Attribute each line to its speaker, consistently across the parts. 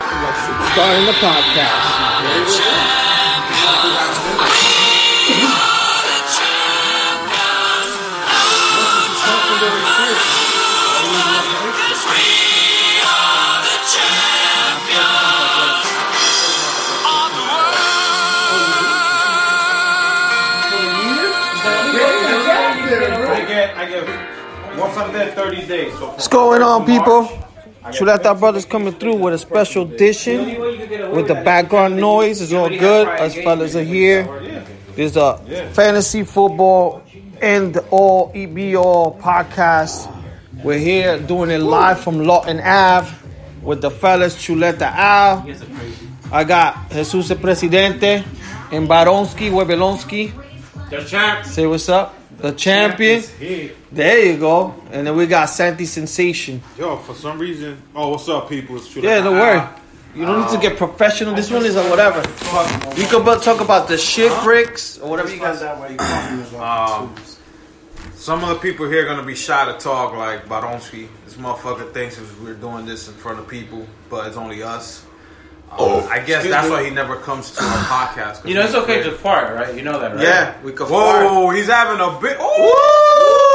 Speaker 1: Starting the podcast.
Speaker 2: I get, I get 130 days. So
Speaker 1: What's going on, people? Chuleta Brothers coming through with a special edition with the background noise. It's all good. Us fellas are here. There's a fantasy football and all EBO podcast. We're here doing it live from Lawton Ave with the fellas Chuleta Al. I got Jesus el Presidente and Baronsky, Webelonsky.
Speaker 2: The champs.
Speaker 1: Say what's up. The champion. There you go. And then we got Santi Sensation.
Speaker 2: Yo, for some reason. Oh, what's up, people? It's true.
Speaker 1: Yeah, don't worry. You don't need to get professional. This one is a whatever. You can bu- talk about the shit bricks or whatever you guys.
Speaker 3: that way. You can
Speaker 2: Some of the people here gonna be shy to talk, like Baronsky. This motherfucker thinks if we're doing this in front of people, but it's only us. Uh, I guess that's why he never comes to our podcast. 'cause
Speaker 3: You know, it's
Speaker 2: he's
Speaker 3: okay to
Speaker 2: afraid.
Speaker 3: fart, right? You know that, right?
Speaker 2: Yeah,
Speaker 1: we could
Speaker 2: Whoa,
Speaker 1: fart.
Speaker 2: he's having a bit. Ooh!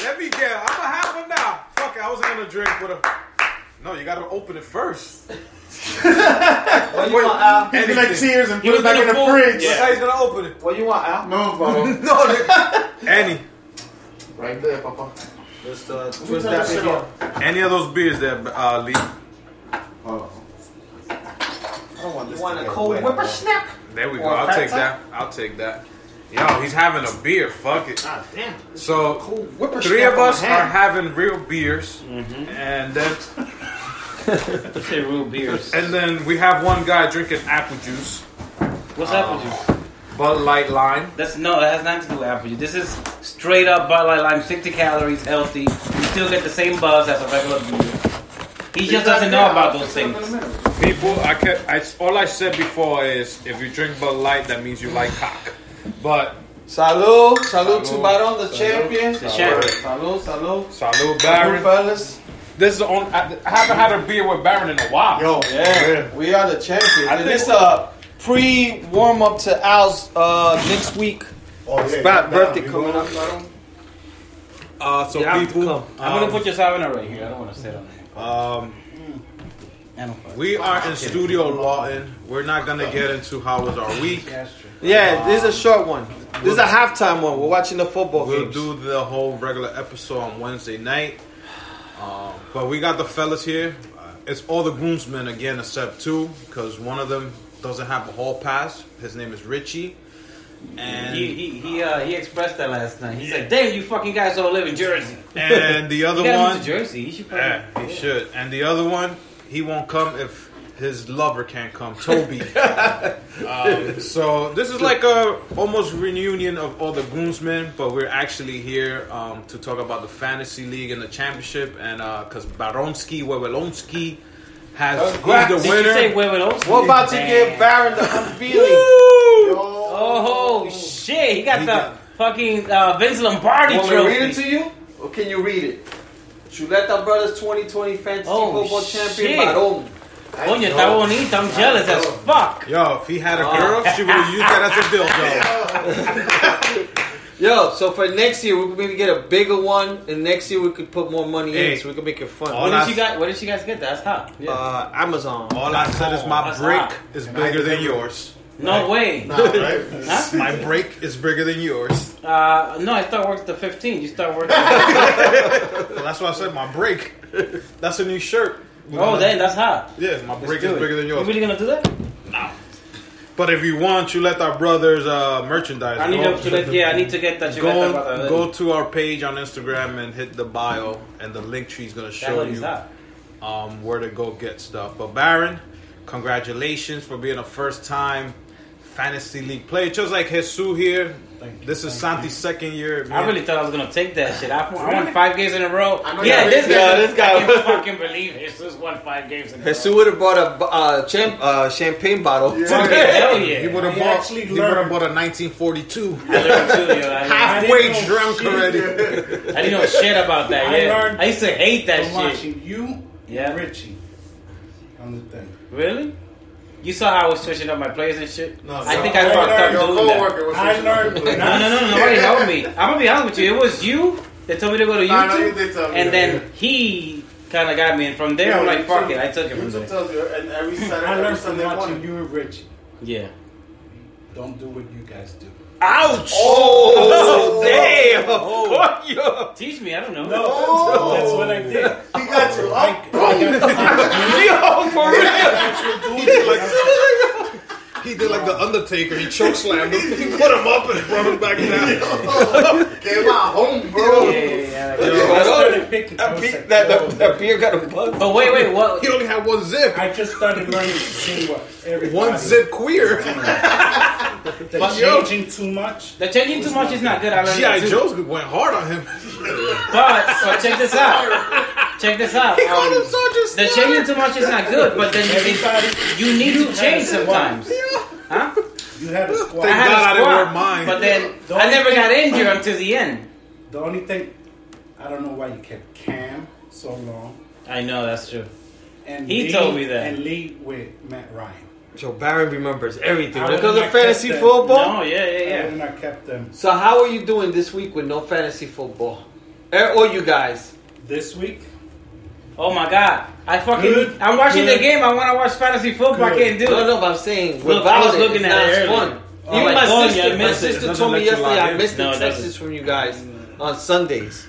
Speaker 2: Let me get. I'm gonna have one now. Fuck, it, I was gonna drink with a. No, you gotta open it first. Wait,
Speaker 3: He's
Speaker 2: anything.
Speaker 3: tears and put it
Speaker 2: back in the
Speaker 3: fridge.
Speaker 2: Yeah. He's gonna open it.
Speaker 1: What you want, Al?
Speaker 3: No, bro.
Speaker 2: No, they- any
Speaker 1: Right there, Papa. Just uh, twist that shit up.
Speaker 2: any of those beers that uh, Lee,
Speaker 1: You want a cold whipper snap?
Speaker 2: there we go.
Speaker 1: Or
Speaker 2: I'll take
Speaker 1: Fanta?
Speaker 2: that. I'll take that. Yo, he's having a beer. Fuck it.
Speaker 1: God Ah, damn.
Speaker 2: So
Speaker 1: whipper
Speaker 2: three
Speaker 1: snap
Speaker 2: of
Speaker 1: on
Speaker 2: us
Speaker 1: my
Speaker 2: are
Speaker 1: hand.
Speaker 2: having real beers,
Speaker 1: Mm-hmm.
Speaker 2: and then
Speaker 3: Say real beers.
Speaker 2: and then we have one guy drinking apple juice,
Speaker 3: What's apple juice?
Speaker 2: Bud Light lime.
Speaker 3: That's no, that has nothing to do with apple juice. This is straight up Bud Light Lime, 60 calories, healthy. You still get the same buzz as a regular beer. He just doesn't know about those things.
Speaker 2: People, I kept. I, all I said before is if you drink Bud Light, that means you like cock. But
Speaker 1: Salud, salud to Baron, the champion.
Speaker 3: The champion.
Speaker 1: Salud, salud.
Speaker 2: salud,
Speaker 1: Salud,
Speaker 2: Baron.
Speaker 1: fellas.
Speaker 2: This is the only. I, I haven't had a beer with Baron in a while.
Speaker 1: Yo, yeah, we are the champions.
Speaker 2: I
Speaker 1: And
Speaker 2: think-
Speaker 1: this uh pre warm up to Al's uh next week.
Speaker 3: Oh,
Speaker 1: It's my birthday coming up. Baron.
Speaker 2: Uh, so people,
Speaker 3: I'm gonna
Speaker 2: um,
Speaker 3: put your salmon right here. I don't want to sit on it.
Speaker 2: um,
Speaker 3: I don't fart.
Speaker 2: we are in Studio Lawton. We're not gonna get into how was our week.
Speaker 1: Yeah, this is a short one. This is a halftime one. We're watching the football
Speaker 2: We'll
Speaker 1: games.
Speaker 2: do the whole regular episode on Wednesday night. Um, but we got the fellas here. Uh, It's all the groomsmen again, except two, because one of them doesn't have a hall pass. His name is Richie, and
Speaker 3: He he he, uh, he expressed that last night. He's like, "Damn, you fucking guys all live in Jersey."
Speaker 2: and the other
Speaker 3: You gotta
Speaker 2: one,
Speaker 3: move to Jersey. He should fucking-
Speaker 2: yeah, he should. And the other one, he won't come if his lover can't come, Toby. um, so this is like a almost reunion of all the groomsmen, but we're actually here um, to talk about the fantasy league and the championship, and because Baronski Wewelonski has he's
Speaker 1: Congrats.
Speaker 2: the
Speaker 3: Did you say
Speaker 2: winner.
Speaker 3: women also?
Speaker 1: We're about to give Baron the unveiling.
Speaker 3: Oh shit! He got
Speaker 2: He
Speaker 3: the
Speaker 2: got-
Speaker 3: fucking uh, Vince Lombardi
Speaker 1: Want me to
Speaker 3: trophy.
Speaker 1: read it to you? Or can you read it? Chuleta Brothers 2020 Fantasy
Speaker 3: Oh,
Speaker 1: Football Champion
Speaker 3: shit.
Speaker 1: Baron.
Speaker 3: Coño, está bonito. I'm jealous as fuck. Ah.
Speaker 2: Yo, if he had a girl, she would have used that as a dildo.
Speaker 1: Yo, so for next year, we could maybe get a bigger one, and next year we could put more money
Speaker 2: Hey.
Speaker 1: in, so we could make it fun.
Speaker 2: All
Speaker 3: What
Speaker 2: I-
Speaker 3: did you guys? What did you guys get? That's hot. Yeah.
Speaker 1: uh, Amazon.
Speaker 2: All I said is my
Speaker 3: That's
Speaker 2: break
Speaker 3: hot.
Speaker 2: is bigger than yours.
Speaker 3: no way.
Speaker 2: Right? my break is bigger than yours.
Speaker 3: Uh, no, I start work the 15th. You start working.
Speaker 2: Well, that's why I said my break. That's a new shirt.
Speaker 3: oh, then that's hot.
Speaker 2: Yeah, my break
Speaker 3: Do
Speaker 2: is
Speaker 3: it.
Speaker 2: bigger than
Speaker 3: You
Speaker 2: yours.
Speaker 3: really gonna do that?
Speaker 2: But if you want, you let our brothers uh, merchandise.
Speaker 3: I need
Speaker 2: Go-
Speaker 3: to let. Yeah, I need to get that.
Speaker 2: Go,
Speaker 3: Chuleta
Speaker 2: go to our page on Instagram and hit the bio, and the link tree is going to
Speaker 3: That
Speaker 2: show
Speaker 3: hoodie's
Speaker 2: you
Speaker 3: hot.
Speaker 2: um, where to go get stuff. But Baron, congratulations for being a first time fantasy league player. Just like Jesus here. this is Santi's second year.
Speaker 3: I
Speaker 2: man.
Speaker 3: really thought I was gonna take that shit. I, I won five games in a row. Yeah,
Speaker 1: that-
Speaker 3: this guy.
Speaker 1: yeah, this guy-
Speaker 3: I can't fucking believe it. This won five games in a row.
Speaker 1: Jesus would have brought a uh, champ, uh, champagne bottle.
Speaker 3: Hell
Speaker 2: He would
Speaker 3: yeah.
Speaker 4: He
Speaker 2: have bought.
Speaker 4: actually
Speaker 2: He would have
Speaker 4: learned.
Speaker 2: bought a 1942.
Speaker 3: I learned too, yo. I, learned-
Speaker 2: Halfway
Speaker 4: know
Speaker 2: drunk
Speaker 4: shit.
Speaker 2: already.
Speaker 3: I didn't know shit about that.
Speaker 4: I
Speaker 3: Yeah. I,
Speaker 4: learned
Speaker 3: used to hate that
Speaker 4: I'm
Speaker 3: shit.
Speaker 4: watching you,
Speaker 3: Yeah.
Speaker 4: Richie, on the thing.
Speaker 3: Really? You saw how I was switching up my players and shit.
Speaker 4: No,
Speaker 3: I
Speaker 4: so-
Speaker 3: think I
Speaker 4: I
Speaker 3: fucked
Speaker 4: learned
Speaker 3: up
Speaker 4: your
Speaker 3: doing that.
Speaker 4: I learned.
Speaker 3: No, no, no, no. Nobody helped me. I'm gonna be honest with you. It was you that told me to go to YouTube,
Speaker 4: Nah, no, you did tell me
Speaker 3: and
Speaker 4: that,
Speaker 3: then
Speaker 4: yeah.
Speaker 3: he kind of got me. And from there, I'm like, fuck it. I took it from there.
Speaker 4: tells you, and every Saturday,
Speaker 5: I learned
Speaker 4: every
Speaker 5: from
Speaker 4: Sunday
Speaker 5: watching
Speaker 4: morning,
Speaker 5: you and Rich.
Speaker 3: Yeah.
Speaker 4: don't do what you guys do.
Speaker 3: Ouch!
Speaker 1: Oh, damn! Oh.
Speaker 3: Teach me. I don't know.
Speaker 5: No, that's what I did.
Speaker 4: He got you up.
Speaker 2: He did like the Undertaker. He choke slammed him. He put him up and brought him back down.
Speaker 4: Came out home, bro.
Speaker 3: Yeah, yeah, yeah, yeah.
Speaker 5: I started picking. I
Speaker 1: That,
Speaker 5: was
Speaker 1: be-
Speaker 5: like,
Speaker 1: that,
Speaker 5: "Yo."
Speaker 1: that, that beer got a buzz.
Speaker 3: But wait, wait. What?
Speaker 2: He only had one zip.
Speaker 5: I just started learning to see what everybody.
Speaker 2: One zip queer.
Speaker 5: They're
Speaker 2: yo.
Speaker 5: changing too much.
Speaker 3: The changing too much is not good. I learned
Speaker 2: G.I.
Speaker 3: that too.
Speaker 2: Joe's went hard on him.
Speaker 3: But so check this out. Check this out. Um, the changing too much is not good, but then you
Speaker 5: Everybody,
Speaker 3: need, you need to change
Speaker 5: has one.
Speaker 3: sometimes. Huh?
Speaker 5: you had a
Speaker 3: I
Speaker 5: squad.
Speaker 3: had
Speaker 2: God I
Speaker 3: a
Speaker 2: didn't
Speaker 3: squat,
Speaker 2: wear mine.
Speaker 3: but then
Speaker 5: Don't
Speaker 3: I never
Speaker 5: you
Speaker 3: got injured until the end.
Speaker 5: The only thing, I don't know why you kept Cam so long.
Speaker 3: I know that's true.
Speaker 5: And
Speaker 3: He
Speaker 5: Lee-
Speaker 3: told me that.
Speaker 5: And Lee with Matt Ryan.
Speaker 1: Yo, Baron remembers everything.
Speaker 5: I
Speaker 1: When it
Speaker 5: would
Speaker 1: comes to
Speaker 5: not
Speaker 1: fantasy
Speaker 5: get that.
Speaker 1: football,
Speaker 3: No, Oh, yeah, yeah,
Speaker 5: Yeah. I
Speaker 3: yeah.
Speaker 5: wouldn't have kept them
Speaker 1: so how are you doing this week with no fantasy football? Eh, Or you guys?
Speaker 5: this week.
Speaker 3: Oh my god, I fucking
Speaker 5: Good,
Speaker 3: I'm watching
Speaker 5: good.
Speaker 3: the game. I want to watch fantasy football. I
Speaker 5: Good.
Speaker 3: can't do
Speaker 1: No,
Speaker 3: it.
Speaker 1: no, but I'm saying
Speaker 3: Look,
Speaker 1: without
Speaker 3: I was
Speaker 1: it,
Speaker 3: looking
Speaker 1: it's
Speaker 3: at
Speaker 1: not
Speaker 3: it
Speaker 1: as
Speaker 3: earlier.
Speaker 1: fun.
Speaker 3: Oh,
Speaker 1: Even
Speaker 3: like,
Speaker 1: my
Speaker 3: oh,
Speaker 1: sister,
Speaker 3: yeah, I
Speaker 1: my
Speaker 3: missed it.
Speaker 1: sister
Speaker 2: Doesn't
Speaker 1: told
Speaker 2: let
Speaker 1: me
Speaker 2: you
Speaker 1: yesterday
Speaker 2: log
Speaker 1: I
Speaker 2: in.
Speaker 1: missed
Speaker 3: No,
Speaker 1: the
Speaker 3: it doesn't. Mm.
Speaker 1: texts from you guys on Sundays.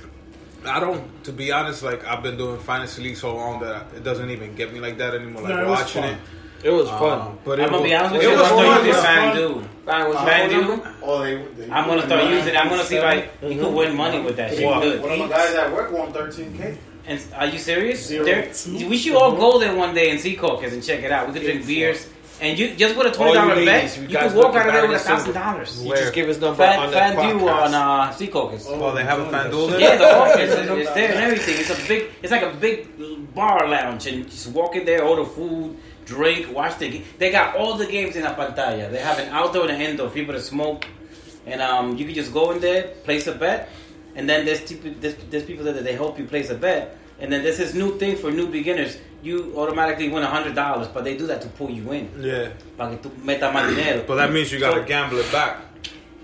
Speaker 2: I don't, to be honest, like I've been doing fantasy league so long that it doesn't even get me like that anymore. Like
Speaker 5: No, it was
Speaker 2: watching
Speaker 5: fun.
Speaker 2: it,
Speaker 1: It was
Speaker 2: Um,
Speaker 1: fun.
Speaker 2: but
Speaker 3: I'm
Speaker 2: it
Speaker 3: gonna
Speaker 2: was,
Speaker 3: be honest with
Speaker 2: it
Speaker 3: you. I'm
Speaker 2: was
Speaker 3: gonna start
Speaker 2: fun.
Speaker 3: using
Speaker 5: was
Speaker 3: Van
Speaker 5: fun.
Speaker 3: Dude.
Speaker 1: Baron, what's your
Speaker 3: Van
Speaker 1: phone
Speaker 3: Dude.
Speaker 1: number?
Speaker 4: Oh, they. they
Speaker 3: I'm gonna start
Speaker 4: Nine,
Speaker 3: using. it. I'm gonna see if I you can win money with that shit.
Speaker 4: One
Speaker 3: Good.
Speaker 4: of my guys at work won 13k.
Speaker 3: And are you serious?
Speaker 5: Zero,
Speaker 3: There-
Speaker 5: two,
Speaker 3: we should all go there one day and see Caucus and check it out. We could drink
Speaker 5: Eight,
Speaker 3: beers. And you just with a
Speaker 1: All
Speaker 3: twenty
Speaker 1: you
Speaker 3: dollar
Speaker 1: ladies,
Speaker 3: bet,
Speaker 1: you
Speaker 3: you,
Speaker 1: guys
Speaker 3: could walk
Speaker 1: looking
Speaker 3: out of there with a
Speaker 1: back at
Speaker 3: thousand dollars.
Speaker 1: You just give his number
Speaker 3: Fan,
Speaker 1: on the
Speaker 3: fan
Speaker 1: podcast.
Speaker 3: view on uh, Sea Caucus.
Speaker 2: Oh, they have a FanDuel
Speaker 3: Yeah,
Speaker 2: there?
Speaker 3: the office is, is there and everything. It's a big, it's like a big bar lounge, and just walk in there, order food, drink, watch the. game. They got all the games in a pantalla. They have an outdoor and an indoor, people to smoke, and um, you can just go in there, place a bet, and then there's people, there's, there's people that they help you place a bet, and then there's this new thing for new beginners. You automatically win hundred dollars, but they do that to pull you in.
Speaker 2: Yeah.
Speaker 3: Para que tú metas más dinero.
Speaker 2: But that means you gotta
Speaker 3: So-
Speaker 2: gamble it back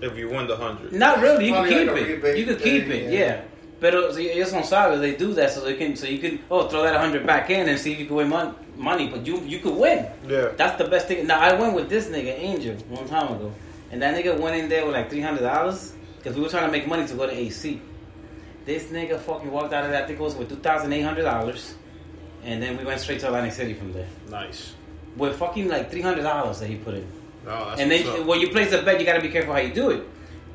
Speaker 2: if you win the 100.
Speaker 3: Not really. You can
Speaker 4: Probably
Speaker 3: keep
Speaker 4: like a
Speaker 3: it.
Speaker 4: rebate
Speaker 3: You can keep
Speaker 4: thing,
Speaker 3: it.
Speaker 4: yeah.
Speaker 3: Yeah. But uh, ellos on saben they do that so they can so you can oh throw that hundred back in and see if you can win mon- money. But you you could win.
Speaker 2: Yeah.
Speaker 3: That's the best thing. Now I went with this nigga Angel one time ago, and that nigga went in there with like three hundred dollars because we were trying to make money to go to AC. This nigga fucking walked out of that. I think it was with two thousand eight hundred dollars, and then we went straight to Atlantic City from there
Speaker 2: Nice.
Speaker 3: with fucking like three hundred dollars that he put in.
Speaker 2: Oh, that's
Speaker 3: And
Speaker 2: what's
Speaker 3: then
Speaker 2: up.
Speaker 3: when you place a bet, you gotta be careful how you do it.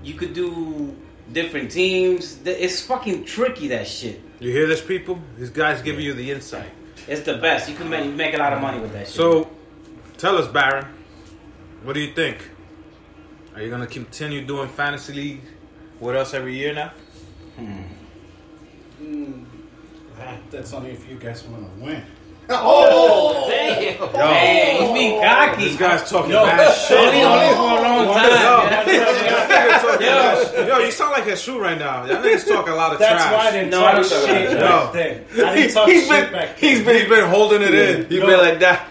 Speaker 3: You could do different teams. Th- It's fucking tricky that shit.
Speaker 2: you hear this, people? These guys giving you the insight.
Speaker 3: It's the best. You can make, make a lot of money with that shit.
Speaker 2: So, tell us, Baron, what do you think? Are you gonna continue doing fantasy league with us every year now?
Speaker 5: That's only if you guys want to win.
Speaker 3: Damn. Hey, he's being cocky.
Speaker 2: These guys talking bad
Speaker 3: Only
Speaker 2: shit.
Speaker 3: only for a long time.
Speaker 2: Yo,
Speaker 3: yeah.
Speaker 2: yo, you sound like a shoe right now. That nigga's talking a lot of
Speaker 5: That's
Speaker 2: trash.
Speaker 5: why I didn't
Speaker 3: No, I
Speaker 5: talk
Speaker 3: don't talk
Speaker 5: shit
Speaker 2: about
Speaker 5: back then. I didn't talk
Speaker 1: He's
Speaker 5: shit
Speaker 1: been,
Speaker 5: back then.
Speaker 1: he's been,
Speaker 2: He's been holding it in.
Speaker 1: he's been like that.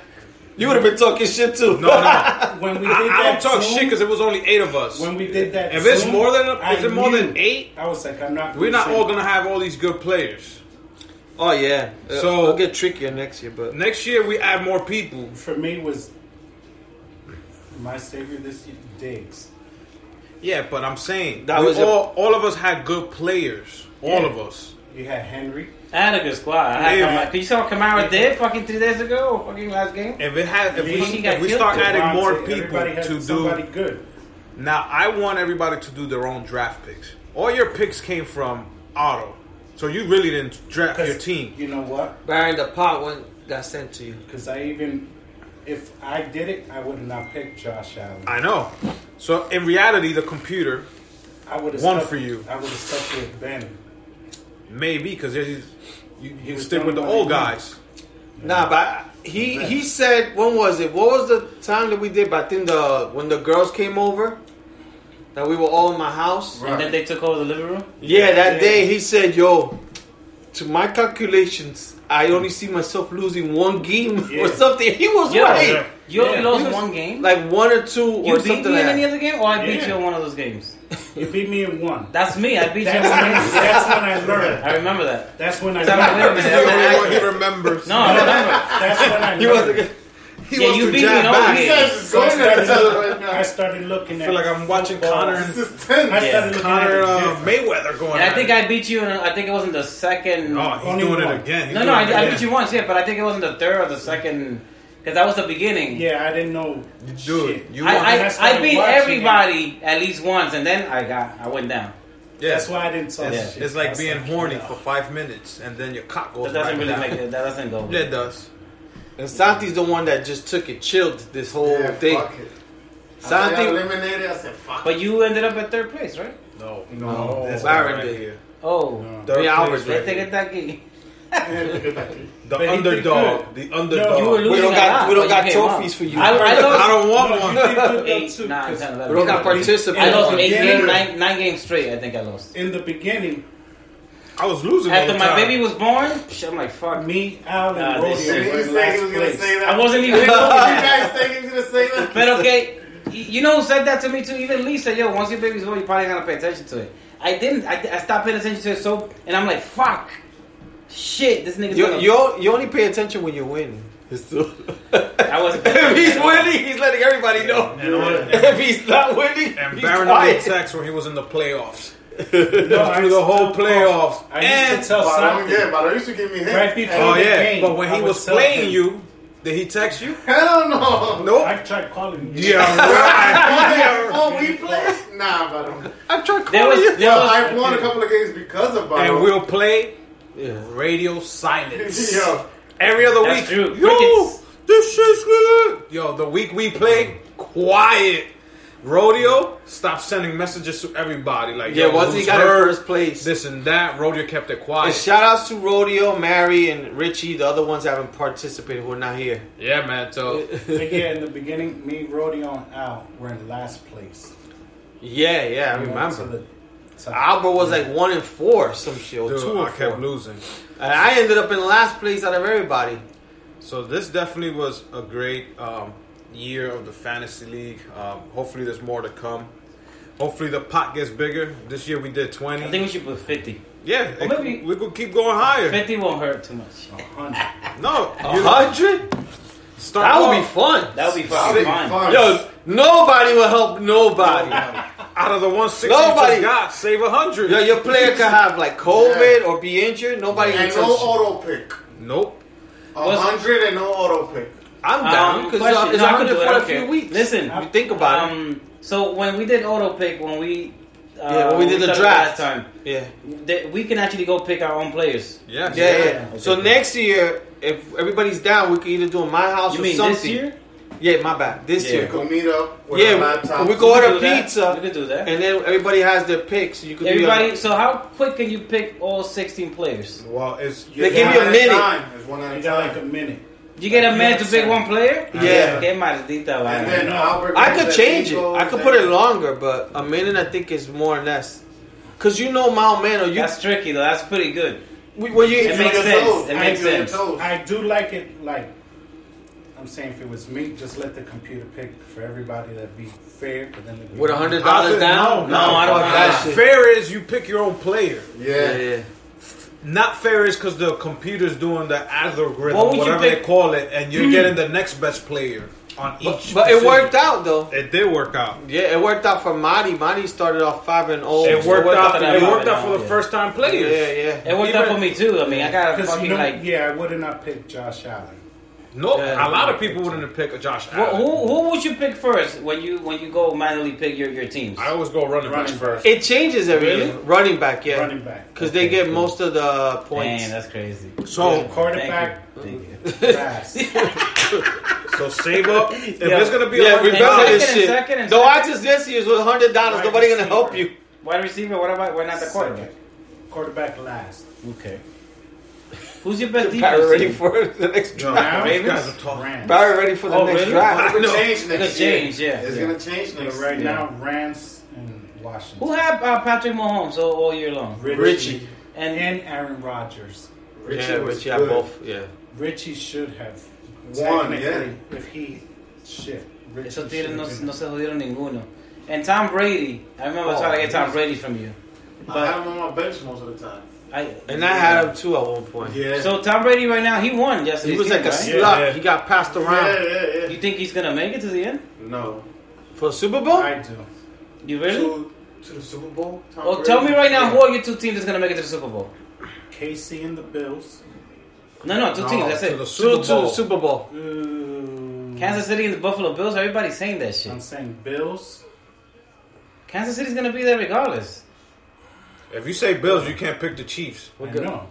Speaker 1: You would have been talking shit too.
Speaker 2: No, no. I,
Speaker 5: When we did
Speaker 2: I
Speaker 5: that
Speaker 2: don't talk
Speaker 5: Zoom,
Speaker 2: shit because it was only eight of us.
Speaker 5: When we did that,
Speaker 2: If it's
Speaker 5: Zoom,
Speaker 2: more than a-
Speaker 5: I
Speaker 2: if it's more than
Speaker 5: knew.
Speaker 2: eight,
Speaker 5: I was like, I'm not.
Speaker 2: We're not
Speaker 5: saying-
Speaker 2: all gonna have all these good players.
Speaker 1: Oh yeah.
Speaker 2: So-
Speaker 1: So it'll get trickier next year, but
Speaker 2: Next year we add more people.
Speaker 5: For me, was my savior this year, Diggs.
Speaker 2: Yeah, but I'm saying
Speaker 1: That
Speaker 2: we
Speaker 1: was a-
Speaker 2: all all of us had good players. All
Speaker 5: Yeah.
Speaker 2: of us.
Speaker 5: You had Henry.
Speaker 3: I had a good squad. I had
Speaker 2: Yeah.
Speaker 3: Kamara. You saw what Kamara did fucking three days ago, fucking last game.
Speaker 2: If it had, if
Speaker 5: Lee
Speaker 2: we,
Speaker 3: got
Speaker 2: if we
Speaker 3: killed.
Speaker 2: start adding more
Speaker 5: Devontae,
Speaker 2: people
Speaker 5: everybody had
Speaker 2: to
Speaker 5: somebody
Speaker 2: do
Speaker 5: good.
Speaker 2: now, I want everybody to do their own draft picks. All your picks came from auto, so you really didn't draft your
Speaker 5: 'Cause
Speaker 2: team.
Speaker 5: You know what?
Speaker 1: Baron the pot one got sent to you.
Speaker 5: Because I even, if I did it, I would have not picked Josh Allen.
Speaker 2: I know. So in reality, the computer
Speaker 5: I would have
Speaker 2: One for you.
Speaker 5: I would have stuck with Ben.
Speaker 2: maybe because you you
Speaker 5: was
Speaker 2: stick with the
Speaker 5: done by
Speaker 2: old
Speaker 5: him.
Speaker 2: guys.
Speaker 1: Nah, but I- he he said when was it? What was the time that we did? But I think the when the girls came over, that we were all in my house.
Speaker 3: And then they took over the living room.
Speaker 1: Yeah, that day he said, "Yo, to my calculations, I only see myself losing one game or
Speaker 5: Yeah.
Speaker 1: something." He was
Speaker 3: Yo,
Speaker 1: right,
Speaker 3: you only
Speaker 5: Yeah.
Speaker 3: lost
Speaker 1: He was-
Speaker 3: one game.
Speaker 1: like one or two
Speaker 3: you
Speaker 1: or
Speaker 3: beat me
Speaker 1: something.
Speaker 3: in
Speaker 1: Like
Speaker 3: any
Speaker 1: that.
Speaker 3: other game, or I beat
Speaker 5: Yeah.
Speaker 3: you in one of those games.
Speaker 5: You beat me in one.
Speaker 3: That's me. I beat you in
Speaker 5: That's,
Speaker 3: one
Speaker 5: when,
Speaker 3: game.
Speaker 5: that's when I learned.
Speaker 3: I remember that.
Speaker 5: That's when I
Speaker 3: That's how I
Speaker 5: learned.
Speaker 3: remember
Speaker 2: He remember-
Speaker 3: that.
Speaker 2: he remembers.
Speaker 3: No, I remember.
Speaker 5: That's when I
Speaker 1: He wasn't
Speaker 5: learned.
Speaker 2: he
Speaker 3: Yeah,
Speaker 2: wants
Speaker 3: you
Speaker 2: to
Speaker 3: beat me
Speaker 2: jab
Speaker 3: in all
Speaker 2: back.
Speaker 3: games.
Speaker 5: So I started,
Speaker 4: right
Speaker 5: look,
Speaker 4: now.
Speaker 5: I started looking at.
Speaker 2: I feel like I'm watching Connor and
Speaker 4: This is ten.
Speaker 5: I started looking
Speaker 2: Connor
Speaker 5: at
Speaker 2: uh,
Speaker 5: the difference.
Speaker 2: Mayweather going.
Speaker 3: And I
Speaker 2: at
Speaker 3: think
Speaker 2: it.
Speaker 3: I beat you in. I think it wasn't the second.
Speaker 2: Oh, he's
Speaker 5: Only
Speaker 2: doing
Speaker 5: one.
Speaker 2: it again. He's
Speaker 3: no, no,
Speaker 2: doing
Speaker 3: I,
Speaker 2: it
Speaker 3: I
Speaker 2: again.
Speaker 3: beat you once, yeah, but I think it wasn't the third or the second because that was the beginning.
Speaker 5: Yeah, I didn't know. shit.
Speaker 2: Dude, you
Speaker 3: I,
Speaker 2: won.
Speaker 3: I,
Speaker 5: That's
Speaker 3: I
Speaker 5: why
Speaker 3: beat
Speaker 5: I'm watching
Speaker 3: everybody at least once, and then I got I went down.
Speaker 2: Yeah.
Speaker 5: That's why I didn't talk
Speaker 2: It's,
Speaker 5: shit.
Speaker 2: it's like
Speaker 5: That's
Speaker 2: being
Speaker 5: like,
Speaker 2: horny
Speaker 5: yeah.
Speaker 2: for five minutes and then your cock goes
Speaker 3: That doesn't
Speaker 2: right
Speaker 3: really
Speaker 2: down.
Speaker 3: make it. That doesn't go.
Speaker 2: Yeah, it does.
Speaker 1: And Santi's the one that just took it, chilled this whole
Speaker 4: Yeah,
Speaker 1: thing.
Speaker 4: fuck it. After I
Speaker 1: Santi,
Speaker 4: eliminated. I said, fuck.
Speaker 3: But you ended up at third place, right?
Speaker 2: No.
Speaker 4: No.
Speaker 2: That's
Speaker 1: Byron
Speaker 2: right
Speaker 1: did.
Speaker 2: here.
Speaker 3: Oh,
Speaker 1: three hours.
Speaker 3: they
Speaker 1: Right
Speaker 3: take
Speaker 1: here.
Speaker 3: it that game.
Speaker 2: The
Speaker 5: But he did
Speaker 2: underdog. The underdog.
Speaker 3: You were losing
Speaker 1: We don't
Speaker 3: a
Speaker 1: got-
Speaker 3: lot,
Speaker 1: we don't
Speaker 3: but
Speaker 1: got
Speaker 3: you came
Speaker 1: trophies
Speaker 3: up.
Speaker 1: for you.
Speaker 3: I, I
Speaker 2: I
Speaker 3: lost
Speaker 2: don't want
Speaker 5: You
Speaker 2: one.
Speaker 5: did good though,
Speaker 3: eight,
Speaker 5: too,
Speaker 3: nine,
Speaker 5: 'cause
Speaker 3: ten,
Speaker 1: We
Speaker 3: eleven.
Speaker 1: don't got
Speaker 3: I lost
Speaker 1: participants.
Speaker 3: eight
Speaker 4: Yeah.
Speaker 3: games, nine, nine games straight. I think I lost.
Speaker 5: In the beginning,
Speaker 2: I was losing. all
Speaker 3: After
Speaker 2: the
Speaker 3: my
Speaker 2: time.
Speaker 3: baby was born, psh, I'm like, fuck.
Speaker 5: me, Al, and
Speaker 3: Nah, this
Speaker 5: Rodeo
Speaker 4: He
Speaker 5: were
Speaker 4: was
Speaker 5: in
Speaker 4: saying he was gonna
Speaker 5: last
Speaker 4: say
Speaker 5: place.
Speaker 4: that.
Speaker 3: I wasn't even
Speaker 4: You
Speaker 3: looking at
Speaker 4: guys think he was gonna say that?
Speaker 3: But okay, y- you know who said that to me too? Even Lee said, "Yo, once your baby's born, you probably not gonna pay attention to it." I didn't. I, I stopped paying attention to it. So, and I'm like, "Fuck, shit, this nigga's
Speaker 1: You,
Speaker 3: gonna."
Speaker 1: you you only pay attention when you win. It's still-
Speaker 3: I wasn't.
Speaker 1: if he's winning, he's letting everybody know. if he's not winning,
Speaker 2: And
Speaker 1: he's
Speaker 2: Baron
Speaker 1: quiet.
Speaker 2: did sex when he was in the playoffs.
Speaker 5: No, I
Speaker 2: Through the whole
Speaker 5: still call-
Speaker 2: playoffs.
Speaker 5: I used
Speaker 2: And
Speaker 5: to tell
Speaker 4: But I don't
Speaker 5: Santi
Speaker 4: get. But I used to give me hints.
Speaker 5: right before
Speaker 2: oh
Speaker 5: the
Speaker 2: yeah,
Speaker 5: game.
Speaker 2: but when
Speaker 5: I
Speaker 2: he
Speaker 5: would
Speaker 2: was
Speaker 5: tell
Speaker 2: playing
Speaker 5: him,
Speaker 2: you, did he text you?
Speaker 4: Hell no.
Speaker 2: Nope.
Speaker 5: I tried calling you.
Speaker 2: Yeah. Right.
Speaker 4: Oh, we play? Nah, but I'm.
Speaker 1: I'm trying to
Speaker 3: There
Speaker 1: call
Speaker 3: was,
Speaker 1: you.
Speaker 3: there
Speaker 4: Well,
Speaker 3: was,
Speaker 4: I've won a couple of games because of Byron.
Speaker 2: and we'll play
Speaker 1: Yeah.
Speaker 2: radio silence.
Speaker 4: Yo.
Speaker 2: Every other
Speaker 3: That's
Speaker 2: week.
Speaker 3: true.
Speaker 2: Yo,
Speaker 3: Crickets.
Speaker 2: this shit's good. Yo, the week we play, quiet. Rodeo, stop sending messages to everybody. Like,
Speaker 1: Yeah,
Speaker 2: yo,
Speaker 1: once he
Speaker 2: who's
Speaker 1: got in
Speaker 2: hurt,
Speaker 1: first place.
Speaker 2: This and that. Rodeo kept it
Speaker 1: And
Speaker 2: quiet.
Speaker 1: shout outs to Rodeo, Mary, and Richie, the other ones that haven't participated who are not here.
Speaker 2: yeah, man. So,
Speaker 5: But yeah, in the beginning, me, Rodeo, and Al were in last place.
Speaker 1: Yeah, yeah, I
Speaker 5: We went to
Speaker 1: remember.
Speaker 5: the top.
Speaker 1: Albert was like one and four or some shit, or
Speaker 2: dude,
Speaker 1: two or
Speaker 2: I kept
Speaker 1: four.
Speaker 2: losing.
Speaker 1: And I ended up in last place out of everybody.
Speaker 2: So, this definitely was a great um, year of the Fantasy League. Um, hopefully, there's more to come. Hopefully, the pot gets bigger. This year we did 20.
Speaker 3: I think we should put fifty.
Speaker 2: yeah,
Speaker 3: Or
Speaker 2: it-
Speaker 3: maybe-
Speaker 2: we could keep going higher.
Speaker 3: Fifty won't hurt too much.
Speaker 2: No,
Speaker 1: A hundred?
Speaker 2: start
Speaker 1: That would be
Speaker 2: off.
Speaker 1: fun.
Speaker 3: That would be
Speaker 4: I'll be
Speaker 3: fucking fun.
Speaker 4: fun.
Speaker 1: Yo, nobody will help nobody.
Speaker 2: out of the 160
Speaker 1: Nobody-
Speaker 2: you just got, save 100.
Speaker 1: Yo, your player could have like COVID or be injured. Nobody can
Speaker 4: and no
Speaker 1: touch.
Speaker 4: auto pick.
Speaker 2: Nope.
Speaker 4: A hundred and no auto pick.
Speaker 1: I'm
Speaker 2: Um,
Speaker 1: down because
Speaker 3: question.
Speaker 1: it's
Speaker 3: No, I could
Speaker 1: hundred
Speaker 3: do it,
Speaker 1: for
Speaker 3: I
Speaker 1: a
Speaker 3: don't
Speaker 1: few
Speaker 3: care.
Speaker 1: weeks.
Speaker 3: Listen,
Speaker 1: you think about it.
Speaker 3: Um, so when we did auto pick, when we uh,
Speaker 1: Yeah, when we did the
Speaker 3: talked about
Speaker 1: draft.
Speaker 3: last time,
Speaker 1: Yeah.
Speaker 3: that we can actually go pick our own players.
Speaker 2: Yes.
Speaker 1: Yeah, yeah.
Speaker 3: Okay.
Speaker 1: So next year, if everybody's down, we can either do it in my house
Speaker 3: You
Speaker 1: or
Speaker 3: mean
Speaker 1: something.
Speaker 3: this year?
Speaker 1: Yeah, my bad. This
Speaker 3: Yeah.
Speaker 4: We
Speaker 1: year.
Speaker 4: could meet up with a
Speaker 1: Yeah,
Speaker 4: laptop.
Speaker 1: we, we go
Speaker 3: We
Speaker 1: order
Speaker 3: could do that.
Speaker 1: pizza,
Speaker 3: We could do that.
Speaker 1: and then everybody has their picks. So you could
Speaker 3: Everybody,
Speaker 1: Do
Speaker 3: so how quick can you pick all 16 players?
Speaker 2: Well, it's
Speaker 1: They give you a
Speaker 4: at
Speaker 1: minute.
Speaker 4: time. It's one at
Speaker 5: I
Speaker 4: a
Speaker 5: got like
Speaker 4: time.
Speaker 5: a minute.
Speaker 3: You get a man to pick one player?
Speaker 1: Yeah.
Speaker 3: Que maldita
Speaker 4: And
Speaker 3: vaina.
Speaker 4: then Albert.
Speaker 1: uh, I
Speaker 4: goes
Speaker 1: could
Speaker 4: at
Speaker 1: change it.
Speaker 4: Eagles,
Speaker 1: I could
Speaker 4: and-
Speaker 1: put it longer, but a minute I think is more or less. Cause you know, Mount Mano, you
Speaker 3: That's tricky though. That's pretty good.
Speaker 1: when you
Speaker 3: It makes
Speaker 4: You're
Speaker 3: sense.
Speaker 4: told.
Speaker 3: It makes
Speaker 4: You're
Speaker 3: sense.
Speaker 4: told.
Speaker 5: I do like it, like, I'm saying if it was me, just let the computer pick for everybody. That'd be fair. But then it'd be-
Speaker 1: With a hundred dollars down?
Speaker 2: No, I don't.
Speaker 1: fuck that shit.
Speaker 2: Ah, Fair is you pick your own player.
Speaker 1: Yeah,
Speaker 6: Yeah.
Speaker 1: yeah.
Speaker 2: Not fair is because the computer's doing the algorithm,
Speaker 3: What would you
Speaker 2: whatever
Speaker 3: pick?
Speaker 2: they call it, and you're getting the next best player on each.
Speaker 1: Hmm. But it
Speaker 2: decision.
Speaker 1: worked out though.
Speaker 2: It did work out.
Speaker 1: Yeah, it worked out for Marty. Marty started off five and oh. zero.
Speaker 2: It worked out.
Speaker 3: out for
Speaker 2: It
Speaker 3: that
Speaker 2: worked
Speaker 3: guy,
Speaker 2: out for the
Speaker 3: yeah.
Speaker 2: first time players.
Speaker 1: Yeah, yeah.
Speaker 3: It worked out for me too. I mean, I got a
Speaker 5: 'Cause
Speaker 3: fucking
Speaker 5: no-
Speaker 3: like.
Speaker 5: yeah, I would have not picked Josh Allen.
Speaker 2: No, a
Speaker 1: Yeah.
Speaker 2: lot of people wouldn't have picked a Josh
Speaker 3: Well,
Speaker 2: Allen.
Speaker 3: who who would you pick first when you when you go manually pick your, your teams?
Speaker 2: I always go running back
Speaker 5: Running back.
Speaker 2: first.
Speaker 1: It changes every
Speaker 3: Really?
Speaker 1: year. Running back, yeah.
Speaker 5: Running back.
Speaker 1: Because they get most of the points.
Speaker 3: Damn, that's crazy.
Speaker 2: So,
Speaker 5: Quarterback,
Speaker 3: Thank you.
Speaker 5: grass.
Speaker 2: so save up. If
Speaker 3: Yeah.
Speaker 2: there's gonna be a
Speaker 1: yeah,
Speaker 2: running
Speaker 1: remember
Speaker 3: back.
Speaker 2: back,
Speaker 3: Second
Speaker 1: this
Speaker 3: and
Speaker 1: shit.
Speaker 3: second and
Speaker 1: the
Speaker 3: second.
Speaker 1: watches this year is with hundred dollars.
Speaker 5: Right
Speaker 1: Nobody gonna
Speaker 5: receiver.
Speaker 1: help you.
Speaker 3: Wide receiver. What about we're not the quarterback?
Speaker 5: quarterback last.
Speaker 3: Okay. Who's your best
Speaker 1: Barry
Speaker 3: defense?
Speaker 1: ready
Speaker 3: team?
Speaker 1: for the next draft.
Speaker 5: Now,
Speaker 2: these guys
Speaker 5: Ravens,
Speaker 2: are talking.
Speaker 5: Rams.
Speaker 1: Barry ready for the
Speaker 3: Oh,
Speaker 1: next
Speaker 3: really?
Speaker 1: draft.
Speaker 6: It's
Speaker 2: No.
Speaker 6: gonna change next
Speaker 3: It's gonna
Speaker 6: year.
Speaker 3: change, yeah.
Speaker 6: It's
Speaker 3: Yeah.
Speaker 6: gonna change
Speaker 5: But
Speaker 6: next
Speaker 5: right
Speaker 6: year.
Speaker 5: now, Rams and Washington.
Speaker 3: Who had uh, Patrick Mahomes all, all year long?
Speaker 1: Richie.
Speaker 3: And
Speaker 5: and Aaron Rodgers.
Speaker 6: Richie
Speaker 1: yeah,
Speaker 6: was
Speaker 1: Richie, I
Speaker 6: good.
Speaker 1: both. Yeah.
Speaker 5: Richie should have
Speaker 6: Won,
Speaker 5: technically, If he shit, Richie
Speaker 3: esos tigres
Speaker 5: should
Speaker 3: no,
Speaker 5: have been-
Speaker 3: no se jodieron ninguno. And Tom Brady. I remember trying to get Tom Brady from you.
Speaker 6: I had him
Speaker 5: Uh,
Speaker 6: on my bench most of the time.
Speaker 3: I,
Speaker 1: And I had him too at one point.
Speaker 6: Yeah.
Speaker 3: so Tom Brady right now, he won yesterday.
Speaker 1: He was like a
Speaker 3: right?
Speaker 1: slut.
Speaker 2: Yeah.
Speaker 1: He got passed
Speaker 6: yeah,
Speaker 1: around
Speaker 6: yeah, yeah.
Speaker 3: You think he's gonna make it to the end?
Speaker 6: No.
Speaker 1: for the Super Bowl.
Speaker 5: I do.
Speaker 3: You really?
Speaker 6: To, to the Super Bowl? Tom
Speaker 3: Well,
Speaker 6: Brady?
Speaker 3: tell me right now, who are your two teams that's gonna make it to the Super Bowl?
Speaker 5: KC and the Bills.
Speaker 3: No, no, two teams. That's
Speaker 2: to the
Speaker 3: it.
Speaker 1: Two
Speaker 2: Super
Speaker 1: to the
Speaker 2: Bowl.
Speaker 1: Super
Speaker 5: Mm-hmm.
Speaker 1: Bowl.
Speaker 5: Ooh.
Speaker 3: Kansas City and the Buffalo Bills. Everybody's saying that shit.
Speaker 5: I'm saying Bills.
Speaker 3: Kansas City's gonna be there regardless.
Speaker 2: If you say Bills, you can't pick the Chiefs.
Speaker 5: I
Speaker 1: good.
Speaker 5: know.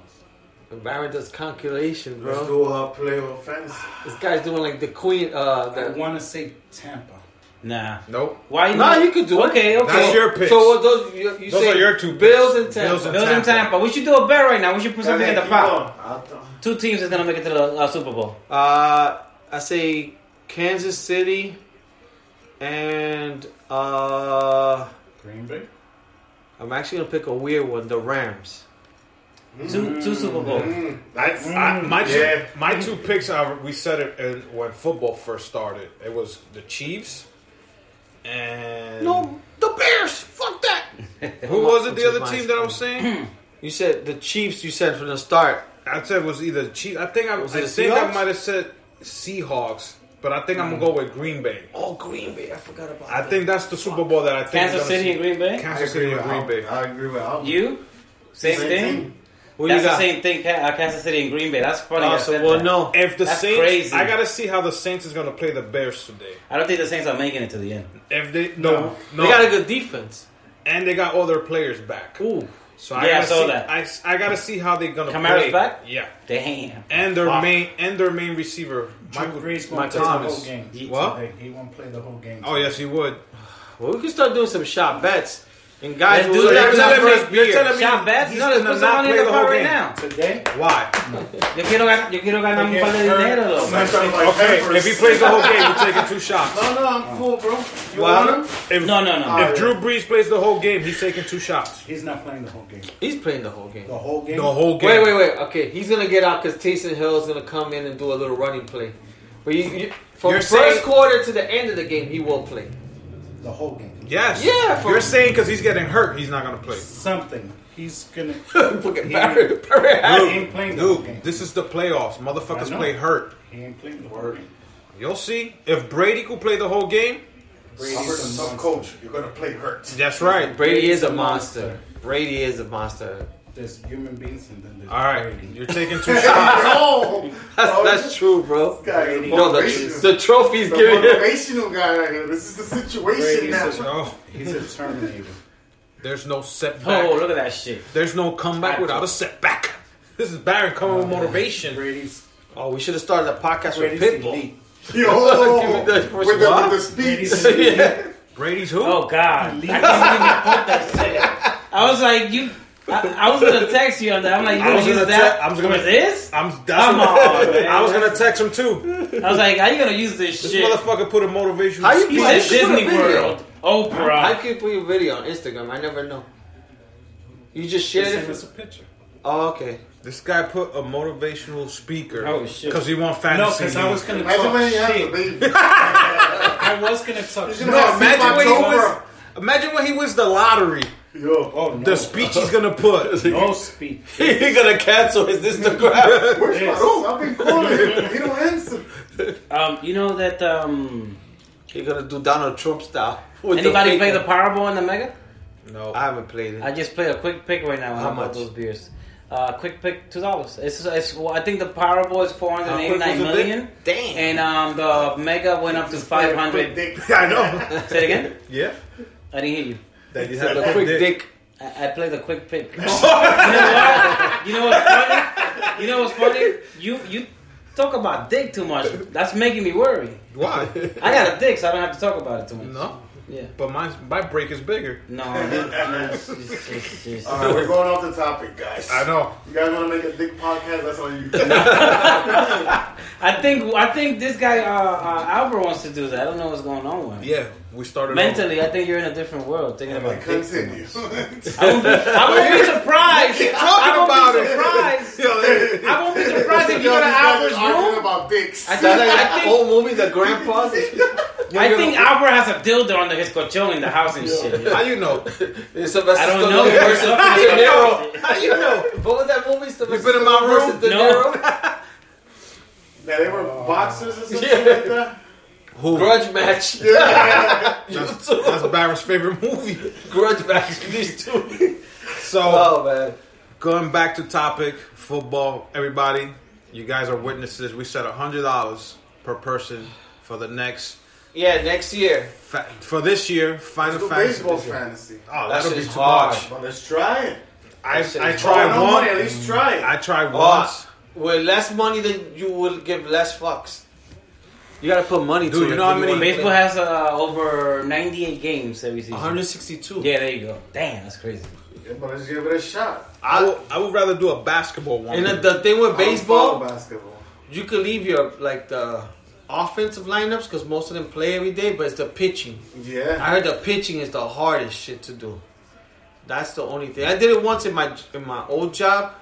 Speaker 1: Barry does calculation,
Speaker 6: Let's
Speaker 1: bro.
Speaker 6: do a playoff fantasy.
Speaker 1: This guy's doing like the queen. Uh, the,
Speaker 5: I want to say Tampa.
Speaker 3: Nah.
Speaker 2: Nope.
Speaker 3: Why?
Speaker 1: Nah,
Speaker 3: not?
Speaker 1: you could do it.
Speaker 3: Okay, okay.
Speaker 2: That's your picks.
Speaker 1: So what those you, you
Speaker 2: Those
Speaker 1: say
Speaker 2: are your two
Speaker 1: Bills and
Speaker 2: picks.
Speaker 1: Tampa.
Speaker 2: Bills and
Speaker 3: Bills in
Speaker 2: Tampa.
Speaker 3: Tampa. We should do a bet right now. We should put something in the
Speaker 6: Keep
Speaker 3: pot.
Speaker 6: on. I'll th-
Speaker 3: Two teams is gonna make it to the uh, Super Bowl.
Speaker 1: Uh, I say Kansas City and uh,
Speaker 5: Green Bay.
Speaker 1: I'm actually gonna pick a weird one, the Rams.
Speaker 3: Two, two Super Bowls.
Speaker 6: Mm,
Speaker 2: That's I, my two,
Speaker 6: yeah.
Speaker 2: my two picks. Are, we said it in, when football first started. It was the Chiefs and
Speaker 1: No, the Bears. Fuck that.
Speaker 2: who was it?
Speaker 1: Which
Speaker 2: The
Speaker 1: is
Speaker 2: other
Speaker 1: my
Speaker 2: team that I was saying.
Speaker 1: You said the Chiefs. You said from the start.
Speaker 2: I said it was either Chiefs. I think I,
Speaker 1: Was
Speaker 2: I
Speaker 1: it the
Speaker 2: think I
Speaker 1: Seahawks?
Speaker 2: might have said Seahawks, but I think I'm gonna go with Green Bay.
Speaker 1: Oh, Green Bay. I forgot about.
Speaker 2: I
Speaker 1: that.
Speaker 2: think that's the Super Bowl that I think
Speaker 3: Kansas
Speaker 2: we're gonna
Speaker 3: City and
Speaker 2: see.
Speaker 3: Green Bay.
Speaker 6: I
Speaker 2: Kansas City
Speaker 6: agree
Speaker 2: and
Speaker 6: with
Speaker 2: Green
Speaker 6: Green
Speaker 2: Bay.
Speaker 6: I agree with Al.
Speaker 3: You? Same,
Speaker 6: Same
Speaker 3: thing?
Speaker 6: team.
Speaker 1: What
Speaker 3: That's
Speaker 1: you
Speaker 3: the
Speaker 1: got?
Speaker 3: same thing, Ca- uh, Kansas City and Green Bay. That's funny. I,
Speaker 1: Oh,
Speaker 3: said
Speaker 1: so, well,
Speaker 3: that.
Speaker 1: no.
Speaker 2: If the
Speaker 3: That's
Speaker 2: Saints,
Speaker 3: crazy.
Speaker 2: I gotta see how the Saints is gonna play the Bears today.
Speaker 3: I don't think the Saints are making it to the end.
Speaker 2: If they no no,
Speaker 1: They got a good defense.
Speaker 2: and they got all their players back.
Speaker 1: Ooh,
Speaker 2: So I
Speaker 3: Yeah, I
Speaker 2: gotta
Speaker 3: saw
Speaker 2: see,
Speaker 3: that.
Speaker 2: I, I gotta see how they're gonna
Speaker 3: Kamara's
Speaker 2: play.
Speaker 3: back?
Speaker 2: Yeah,
Speaker 3: Damn.
Speaker 2: and their
Speaker 1: Fuck.
Speaker 2: main and their main receiver Michael
Speaker 5: Drew Brees won't
Speaker 1: Michael
Speaker 5: play
Speaker 1: Thomas.
Speaker 5: the whole game.
Speaker 2: What?
Speaker 5: Today. He won't play the whole game.
Speaker 2: Oh yes, he would.
Speaker 1: well, we can start doing some shot bets. And guys,
Speaker 3: Let's
Speaker 1: who
Speaker 3: do
Speaker 1: was
Speaker 3: that.
Speaker 1: after
Speaker 3: You're
Speaker 1: that
Speaker 2: telling me-
Speaker 1: first
Speaker 2: you're
Speaker 1: beer?
Speaker 2: telling me-
Speaker 3: Shot bets?
Speaker 2: he's
Speaker 3: No, let's
Speaker 2: gonna
Speaker 3: put some
Speaker 2: not
Speaker 3: money in
Speaker 2: play the
Speaker 3: the pot
Speaker 2: whole
Speaker 3: right
Speaker 2: game.
Speaker 3: now.
Speaker 5: Today?
Speaker 2: Why?
Speaker 3: Yo quiero, gan- yo quiero ganar un
Speaker 5: Against
Speaker 3: par de
Speaker 5: Hurts.
Speaker 3: dinero, though.
Speaker 6: I'm talking about
Speaker 2: Okay,
Speaker 6: Peppers.
Speaker 2: if he plays the whole game, we're taking two shots.
Speaker 6: No, no, I'm cool, bro. You
Speaker 1: Well,
Speaker 6: want him?
Speaker 2: If,
Speaker 3: No, no, no.
Speaker 2: If Drew Brees plays the whole game, he's taking two shots.
Speaker 5: He's not playing the whole game.
Speaker 1: He's playing the whole game.
Speaker 5: The whole game.
Speaker 2: The whole game.
Speaker 1: Wait, wait, wait. Okay, he's gonna get out because Taysom Hill is gonna come in and do a little running play. But you, you, from
Speaker 2: You're
Speaker 1: first
Speaker 2: saying-
Speaker 1: quarter to the end of the game, he will play.
Speaker 5: The whole game.
Speaker 2: Yes.
Speaker 1: Yeah, for-
Speaker 2: You're saying because he's getting hurt, he's not gonna play.
Speaker 5: Something. He's gonna.
Speaker 1: Fucking Barry, Barry
Speaker 5: He
Speaker 1: Allen.
Speaker 5: ain't playing the whole game.
Speaker 2: Dude, this is the playoffs. Motherfuckers
Speaker 5: I know.
Speaker 2: play hurt.
Speaker 5: He ain't playing the whole game.
Speaker 2: You'll see. If Brady could play the whole game,
Speaker 6: Robert's a tough coach. You're gonna play hurt.
Speaker 2: that's right.
Speaker 1: Brady is a monster. Brady is a monster.
Speaker 5: There's human beings and then there's
Speaker 2: All right,
Speaker 5: Brady.
Speaker 2: you're taking two shots.
Speaker 6: No,
Speaker 1: That's,
Speaker 6: Oh,
Speaker 1: that's true, bro.
Speaker 6: This guy is a
Speaker 1: No, the,
Speaker 6: motivational-
Speaker 1: the trophy's
Speaker 6: the
Speaker 1: giving him.
Speaker 6: motivational guy right here. This is the situation
Speaker 5: Brady's
Speaker 6: now.
Speaker 5: a-
Speaker 2: Oh,
Speaker 5: He's a Terminator.
Speaker 2: there's no setback.
Speaker 3: Oh, look at that shit.
Speaker 2: There's no comeback without a setback. This is Barron coming with motivation.
Speaker 5: Brady's
Speaker 1: Oh, we should have started a podcast
Speaker 5: Brady's
Speaker 1: with Pitbull.
Speaker 5: elite.
Speaker 6: Yo,
Speaker 1: Give me that
Speaker 6: with the,
Speaker 1: first
Speaker 6: with
Speaker 1: one.
Speaker 6: the speech.
Speaker 5: Brady's elite.
Speaker 2: Brady's who?
Speaker 3: Oh, God. I can't believe you put that shit. I was like, you. I, I was gonna text you on that. I'm like, you
Speaker 2: I
Speaker 3: gonna
Speaker 2: was
Speaker 3: use
Speaker 2: gonna
Speaker 3: that
Speaker 2: te- I was gonna-
Speaker 3: for this?
Speaker 2: I'm. That's
Speaker 3: Come
Speaker 2: what-
Speaker 3: on, man.
Speaker 2: I was gonna text him too.
Speaker 3: I was like, how you gonna use this,
Speaker 2: This
Speaker 3: shit?
Speaker 2: motherfucker put a motivational.
Speaker 1: How you
Speaker 2: speech.
Speaker 3: He's
Speaker 1: Why
Speaker 3: at
Speaker 1: you put a
Speaker 3: Disney
Speaker 1: video?
Speaker 3: World. Oprah.
Speaker 1: I could put your video on Instagram. I never know. You just shared
Speaker 5: Send
Speaker 1: it.
Speaker 5: us a picture.
Speaker 1: Oh, okay.
Speaker 2: This guy put a motivational speaker.
Speaker 3: Oh, shit.
Speaker 2: Because he want
Speaker 7: No,
Speaker 2: fantasy.
Speaker 7: because I was gonna
Speaker 4: Imagine
Speaker 7: talk
Speaker 4: when you have the
Speaker 7: shit.
Speaker 4: baby.
Speaker 7: I was gonna talk shit.
Speaker 2: no, imagine
Speaker 4: Steve
Speaker 2: when he was.
Speaker 4: October.
Speaker 2: Imagine when he was the lottery.
Speaker 4: Yo,
Speaker 7: Oh no,
Speaker 2: The speech he's gonna put.
Speaker 7: no speak.
Speaker 1: He's gonna cancel his Instagram.
Speaker 4: where's my room? I've been calling. He don't answer.
Speaker 3: Um, you know that um,
Speaker 1: He's gonna do Donald Trump style. with the
Speaker 3: anybody
Speaker 1: fake-
Speaker 3: play the Powerball and the Mega?
Speaker 2: No.
Speaker 1: I haven't played it.
Speaker 3: I just play a quick pick right now. How
Speaker 1: much?
Speaker 3: about those beers? Uh, quick pick, two dollars. It's, it's well, I think the Powerball is four hundred eighty nine
Speaker 1: How quick was the
Speaker 3: million,
Speaker 1: Damn.
Speaker 3: and um, the Mega went up to five
Speaker 4: Quick
Speaker 3: hundred.
Speaker 4: dick.
Speaker 2: I know.
Speaker 3: Say it again.
Speaker 2: Yeah.
Speaker 3: I didn't hear you.
Speaker 2: That you have
Speaker 1: The quick dick.
Speaker 3: I, I played the quick pick. you know what? You know what's funny? You know what's funny? You you talk about dick too much. That's making me worry.
Speaker 2: Why?
Speaker 3: I got a dick, so I don't have to talk about it too much.
Speaker 2: No.
Speaker 3: Yeah.
Speaker 2: But my my break is bigger.
Speaker 3: No. it's- it's- it's- it's-
Speaker 4: All right, we're going off the topic, guys.
Speaker 2: I know.
Speaker 4: You guys want to make a dick podcast? That's on you.
Speaker 3: I think I think this guy uh, uh, Albert wants to do that. I don't know what's going on with him.
Speaker 2: Yeah. We started off-
Speaker 3: Mentally, I think you're in a different world thinking about dicks.
Speaker 4: Continue.
Speaker 3: I won't be, I won't be surprised. I
Speaker 2: talking
Speaker 3: won't
Speaker 2: about
Speaker 3: be
Speaker 2: it.
Speaker 3: surprised.
Speaker 2: Yo, hey,
Speaker 3: I won't be surprised if you go
Speaker 4: Y'all
Speaker 3: to
Speaker 4: just
Speaker 3: Albert's
Speaker 4: guys arguing
Speaker 3: room.
Speaker 4: about dicks.
Speaker 3: I think,
Speaker 1: That's like
Speaker 3: I
Speaker 1: that
Speaker 3: think
Speaker 1: old movie, The Grandpa's.
Speaker 3: I think Albert has a dildo under his colchon in the house and shit.
Speaker 2: How you know?
Speaker 1: It's Sylvester
Speaker 3: I don't
Speaker 1: Stallone
Speaker 3: know.
Speaker 1: versus De Niro.
Speaker 2: How you know?
Speaker 1: What was that movie?
Speaker 2: You been in my room?
Speaker 1: De
Speaker 3: No.
Speaker 1: Niro?
Speaker 4: Now they were boxers or something like that.
Speaker 1: Grudge match.
Speaker 2: That's, that's Barron's favorite movie.
Speaker 1: Grudge match. These two.
Speaker 2: So
Speaker 1: Oh man.
Speaker 2: going back to topic football, everybody, you guys are witnesses. We set hundred dollars per person for the next
Speaker 8: Yeah, next year.
Speaker 2: fa- for this year Final
Speaker 4: Do
Speaker 2: Fantasy.
Speaker 4: baseball fantasy.
Speaker 2: Oh,
Speaker 1: That
Speaker 2: that'll
Speaker 1: shit
Speaker 2: be
Speaker 1: is
Speaker 2: too
Speaker 1: hard.
Speaker 2: much.
Speaker 4: Well, let's try it.
Speaker 2: I,
Speaker 1: shit
Speaker 2: I
Speaker 1: is
Speaker 2: tried
Speaker 4: no money, at
Speaker 2: once.
Speaker 4: least try it.
Speaker 2: I tried once.
Speaker 1: Oh, with less money, then you will give less fucks. You gotta put money
Speaker 2: Dude,
Speaker 1: to
Speaker 2: you
Speaker 1: it.
Speaker 2: know how
Speaker 1: if
Speaker 2: many-
Speaker 1: wanna
Speaker 3: Baseball
Speaker 1: play.
Speaker 3: has uh, over 98 games every season.
Speaker 1: 162.
Speaker 3: Yeah, there you go. Damn, that's crazy.
Speaker 4: Yeah, but let's give it a shot.
Speaker 2: I, would- I would rather do a basketball one.
Speaker 1: And the, the thing with
Speaker 4: I don't
Speaker 1: baseball,
Speaker 4: follow basketball.
Speaker 1: you could leave your like the offensive lineups because most of them play every day, but it's the pitching. I
Speaker 4: Yeah.
Speaker 1: heard the pitching is the hardest shit to do. That's the only thing. I did it once in my in my old job.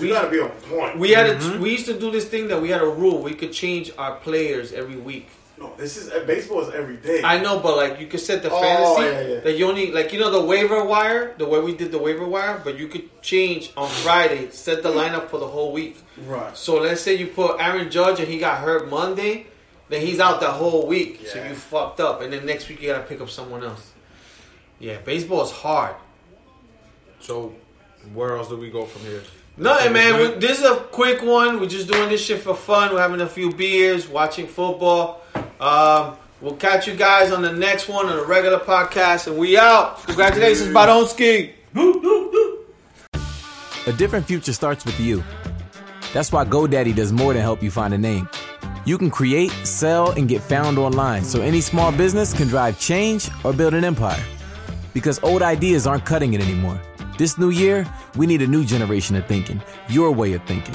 Speaker 4: We gotta be on point.
Speaker 1: We had a, we used to do this thing that we had a rule we could change our players every week.
Speaker 4: no, this is uh, baseball is every day.
Speaker 1: I know, but like you could set the
Speaker 4: Oh,
Speaker 1: fantasy
Speaker 4: yeah, yeah.
Speaker 1: that you only like you know the waiver wire, the way we did the waiver wire, but you could change on Friday, set the lineup for the whole week.
Speaker 4: Right.
Speaker 1: So let's say you put Aaron Judge and he got hurt Monday, then he's out the whole week. So
Speaker 4: Yeah.
Speaker 1: you fucked up, and then next week you gotta pick up someone else. Yeah, baseball is hard.
Speaker 2: so where else do we go from here?
Speaker 1: Nothing, man.
Speaker 2: Mhm.
Speaker 1: We, this is a quick one. We're just doing this shit for fun. We're having a few beers, watching football. Um, we'll catch you guys on the next one on the regular podcast, and we out. Congratulations, Badonski.
Speaker 9: A different future starts with you. That's why GoDaddy does more than help you find a name. You can create, sell, and get found online so any small business can drive change or build an empire. Because old ideas aren't cutting it anymore. This new year, we need a new generation of thinking, your way of thinking.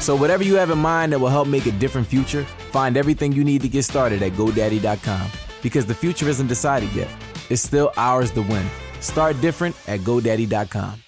Speaker 9: So, whatever you have in mind that will help make a different future, find everything you need to get started at GoDaddy.com. Because the future isn't decided yet, it's still ours to win. Start different at GoDaddy.com.